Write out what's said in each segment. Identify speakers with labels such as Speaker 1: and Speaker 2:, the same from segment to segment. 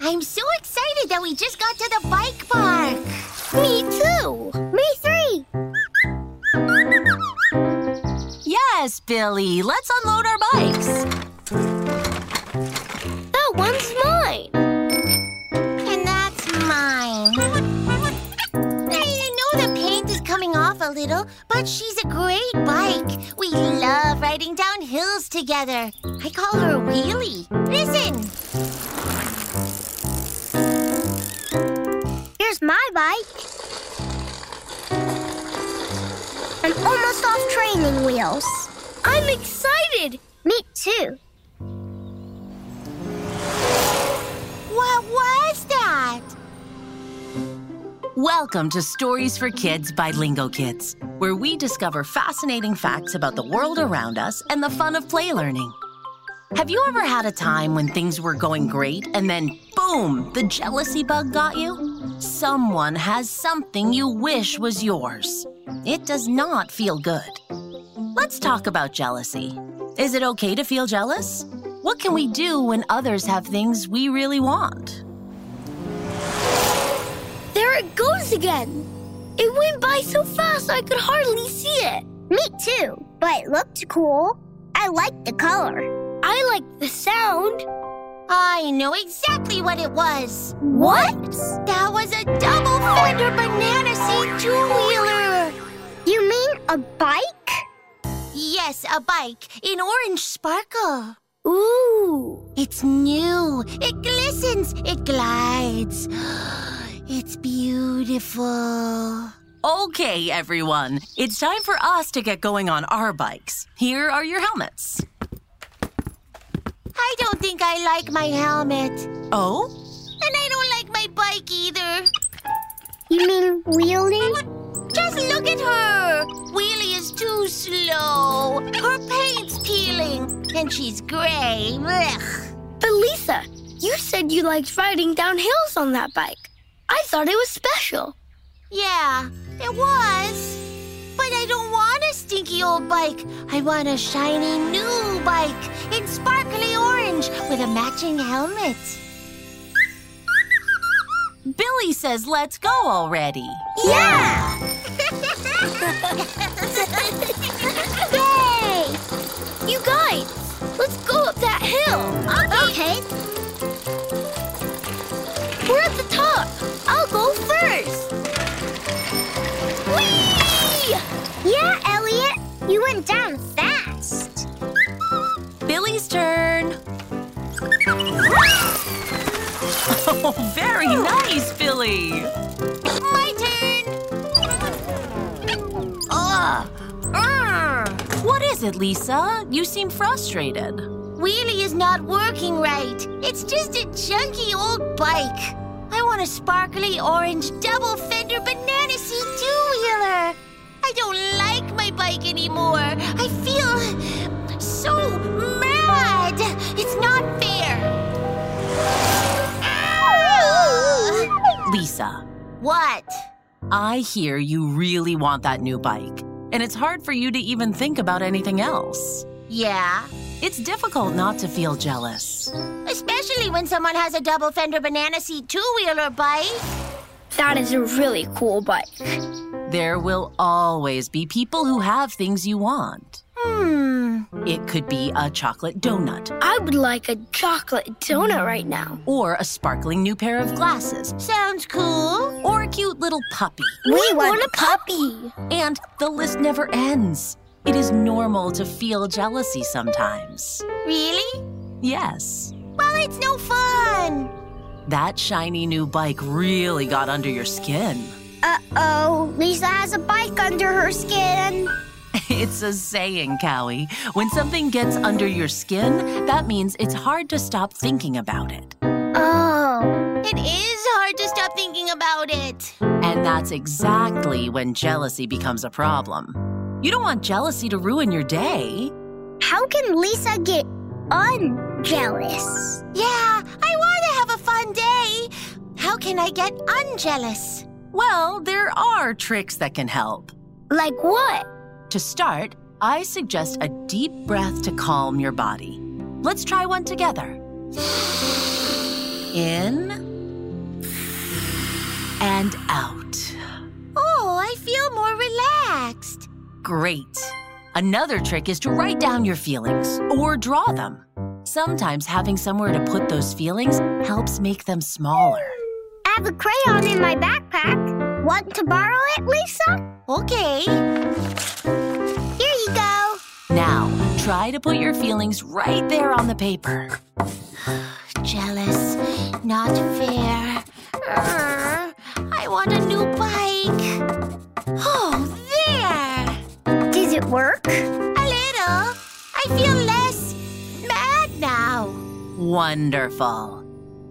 Speaker 1: I'm so excited that we just got to the bike park. Me too. Me three.
Speaker 2: Yes, Billy, let's unload our bikes.
Speaker 1: That one's mine. And that's mine. I know the paint is coming off a little, but she's a great bike. We love riding down hills together. I call her Wheelie. Listen. Here's my bike. I'm almost off training wheels. I'm excited. Me too. What was that?
Speaker 2: Welcome to Stories for Kids by Lingo Kids, where we discover fascinating facts about the world around us and the fun of play learning. Have you ever had a time when things were going great and then, boom, the jealousy bug got you? Someone has something you wish was yours. It does not feel good. Let's talk about jealousy. Is it okay to feel jealous? What can we do when others have things we really want?
Speaker 1: There it goes again. It went by so fast I could hardly see it. Me too, but it looked cool. I like the color. I like the sound. I know exactly what it was. What? That was a double fender banana seat two wheeler. You mean a bike? Yes, a bike in orange sparkle. Ooh. It's new. It glistens. It glides. It's beautiful.
Speaker 2: Okay, everyone, it's time for us to get going on our bikes. Here are your helmets.
Speaker 1: I don't think I like my helmet.
Speaker 2: Oh,
Speaker 1: And I don't like my bike either. You mean wheeling? Just look at her. Wheelie is too slow. Her paint's peeling, and she's gray. Blech.
Speaker 3: But Lisa, you said you liked riding down hills on that bike. I thought it was special.
Speaker 1: Yeah, it was. But I don't want a stinky old bike. I want a shiny new bike in sparkly orange with a matching helmet.
Speaker 2: Billy says let's go already.
Speaker 1: Yeah! Yay!
Speaker 3: You guys, let's go up that hill.
Speaker 1: Okay.
Speaker 3: We're at the top. I'll go first.
Speaker 1: Whee! Yeah, Elliot, you went down fast.
Speaker 2: Billy's turn. Oh, very nice, Billy.
Speaker 1: My turn. Ah.
Speaker 3: ah.
Speaker 2: What is it, Lisa? You seem frustrated.
Speaker 1: Wheelie is not working right. It's just a junky old bike. I want a sparkly orange double fender banana seat two wheeler. I don't like my bike anymore. I feel so mad. It's not fair. Ow!
Speaker 2: Lisa,
Speaker 1: What?
Speaker 2: I hear you really want that new bike, and it's hard for you to even think about anything else.
Speaker 1: Yeah.
Speaker 2: It's difficult not to feel jealous.
Speaker 1: Especially when someone has a double fender banana seat two wheeler bike.
Speaker 3: That is a really cool bike.
Speaker 2: There will always be people who have things you want.
Speaker 1: Hmm.
Speaker 2: It could be a chocolate donut
Speaker 3: I would like a chocolate donut right now.
Speaker 2: or a sparkling new pair of glasses
Speaker 1: Sounds cool.
Speaker 2: or a cute little puppy.
Speaker 3: We, want, a puppy.
Speaker 2: And the list never ends. It is normal to feel jealousy sometimes.
Speaker 1: Really?
Speaker 2: Yes,
Speaker 1: Well, it's no fun.
Speaker 2: that shiny new bike really got under your skin.
Speaker 1: Uh oh, Lisa has a bike under her skin.
Speaker 2: It's a saying, Cowie. When something gets under your skin, that means it's hard to stop thinking about it.
Speaker 3: Oh.
Speaker 1: It is hard to stop thinking about it.
Speaker 2: And that's exactly when jealousy becomes a problem. You don't want jealousy to ruin your day.
Speaker 3: How can Lisa get unjealous?
Speaker 1: Yeah, I want to have a fun day. How can I get unjealous?
Speaker 2: Well, there are tricks that can help.
Speaker 3: Like what?
Speaker 2: To start, I suggest a deep breath to calm your body. Let's try one together. In and out.
Speaker 1: Oh, I feel more relaxed.
Speaker 2: Great. Another trick is to write down your feelings or draw them. Sometimes having somewhere to put those feelings helps make them smaller.
Speaker 3: I have a crayon in my backpack. Want to borrow it, Lisa?
Speaker 1: Okay.
Speaker 3: Here you go.
Speaker 2: Now, try to put your feelings right there on the paper.
Speaker 1: Jealous. Not fair. Err, I want a new bike. Oh, there.
Speaker 3: Does it work?
Speaker 1: A little. I feel less mad now.
Speaker 2: Wonderful.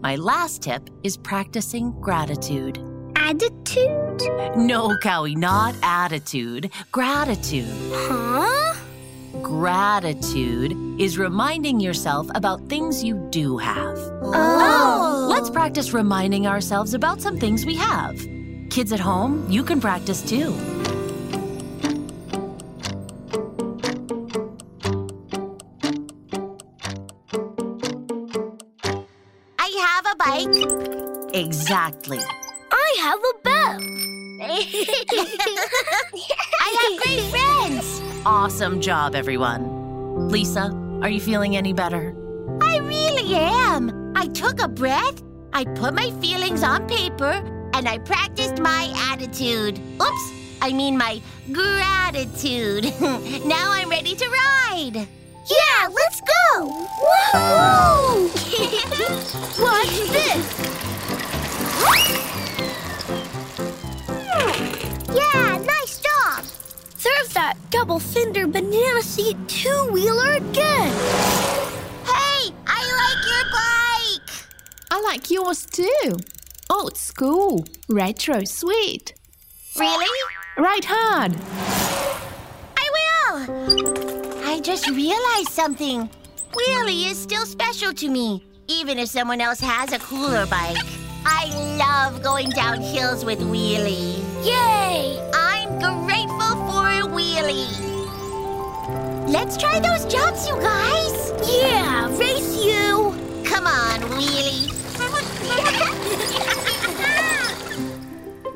Speaker 2: My last tip is practicing gratitude.
Speaker 3: Attitude?
Speaker 2: No, Cowie, not attitude, gratitude.
Speaker 3: Huh?
Speaker 2: Gratitude is reminding yourself about things you do have.
Speaker 3: Oh.
Speaker 2: Let's practice reminding ourselves about some things we have. Kids at home, you can practice too.
Speaker 1: I have a bike.
Speaker 2: Exactly.
Speaker 4: I have a bell.
Speaker 1: I have great friends.
Speaker 2: Awesome job, everyone. Lisa, are you feeling any better?
Speaker 1: I really am. I took a breath, I put my feelings on paper, and I practiced my attitude. Oops, I mean my gratitude. now I'm ready to ride.
Speaker 3: Yeah, let's go! Whoa! Watch this! Yeah, nice job!
Speaker 4: There's that double fender banana seat two wheeler again.
Speaker 1: Hey, I like your bike.
Speaker 5: I like yours too. Old school, retro sweet.
Speaker 1: Really?
Speaker 5: Right hard.
Speaker 1: I will. I just realized something. Wheelie is still special to me, even if someone else has a cooler bike. I love going down hills with Wheelie. Yay! I'm grateful for a Wheelie. Let's try those jumps, you guys.
Speaker 3: Yeah, race you!
Speaker 1: Come on, Wheelie.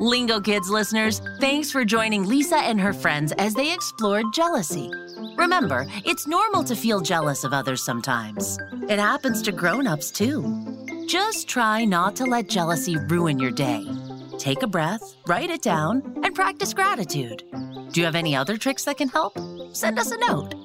Speaker 2: Lingo Kids listeners, thanks for joining Lisa and her friends as they explored jealousy. Remember, it's normal to feel jealous of others sometimes. It happens to grown-ups too. Just try not to let jealousy ruin your day. Take a breath, write it down, and practice gratitude. Do you have any other tricks that can help? Send us a note.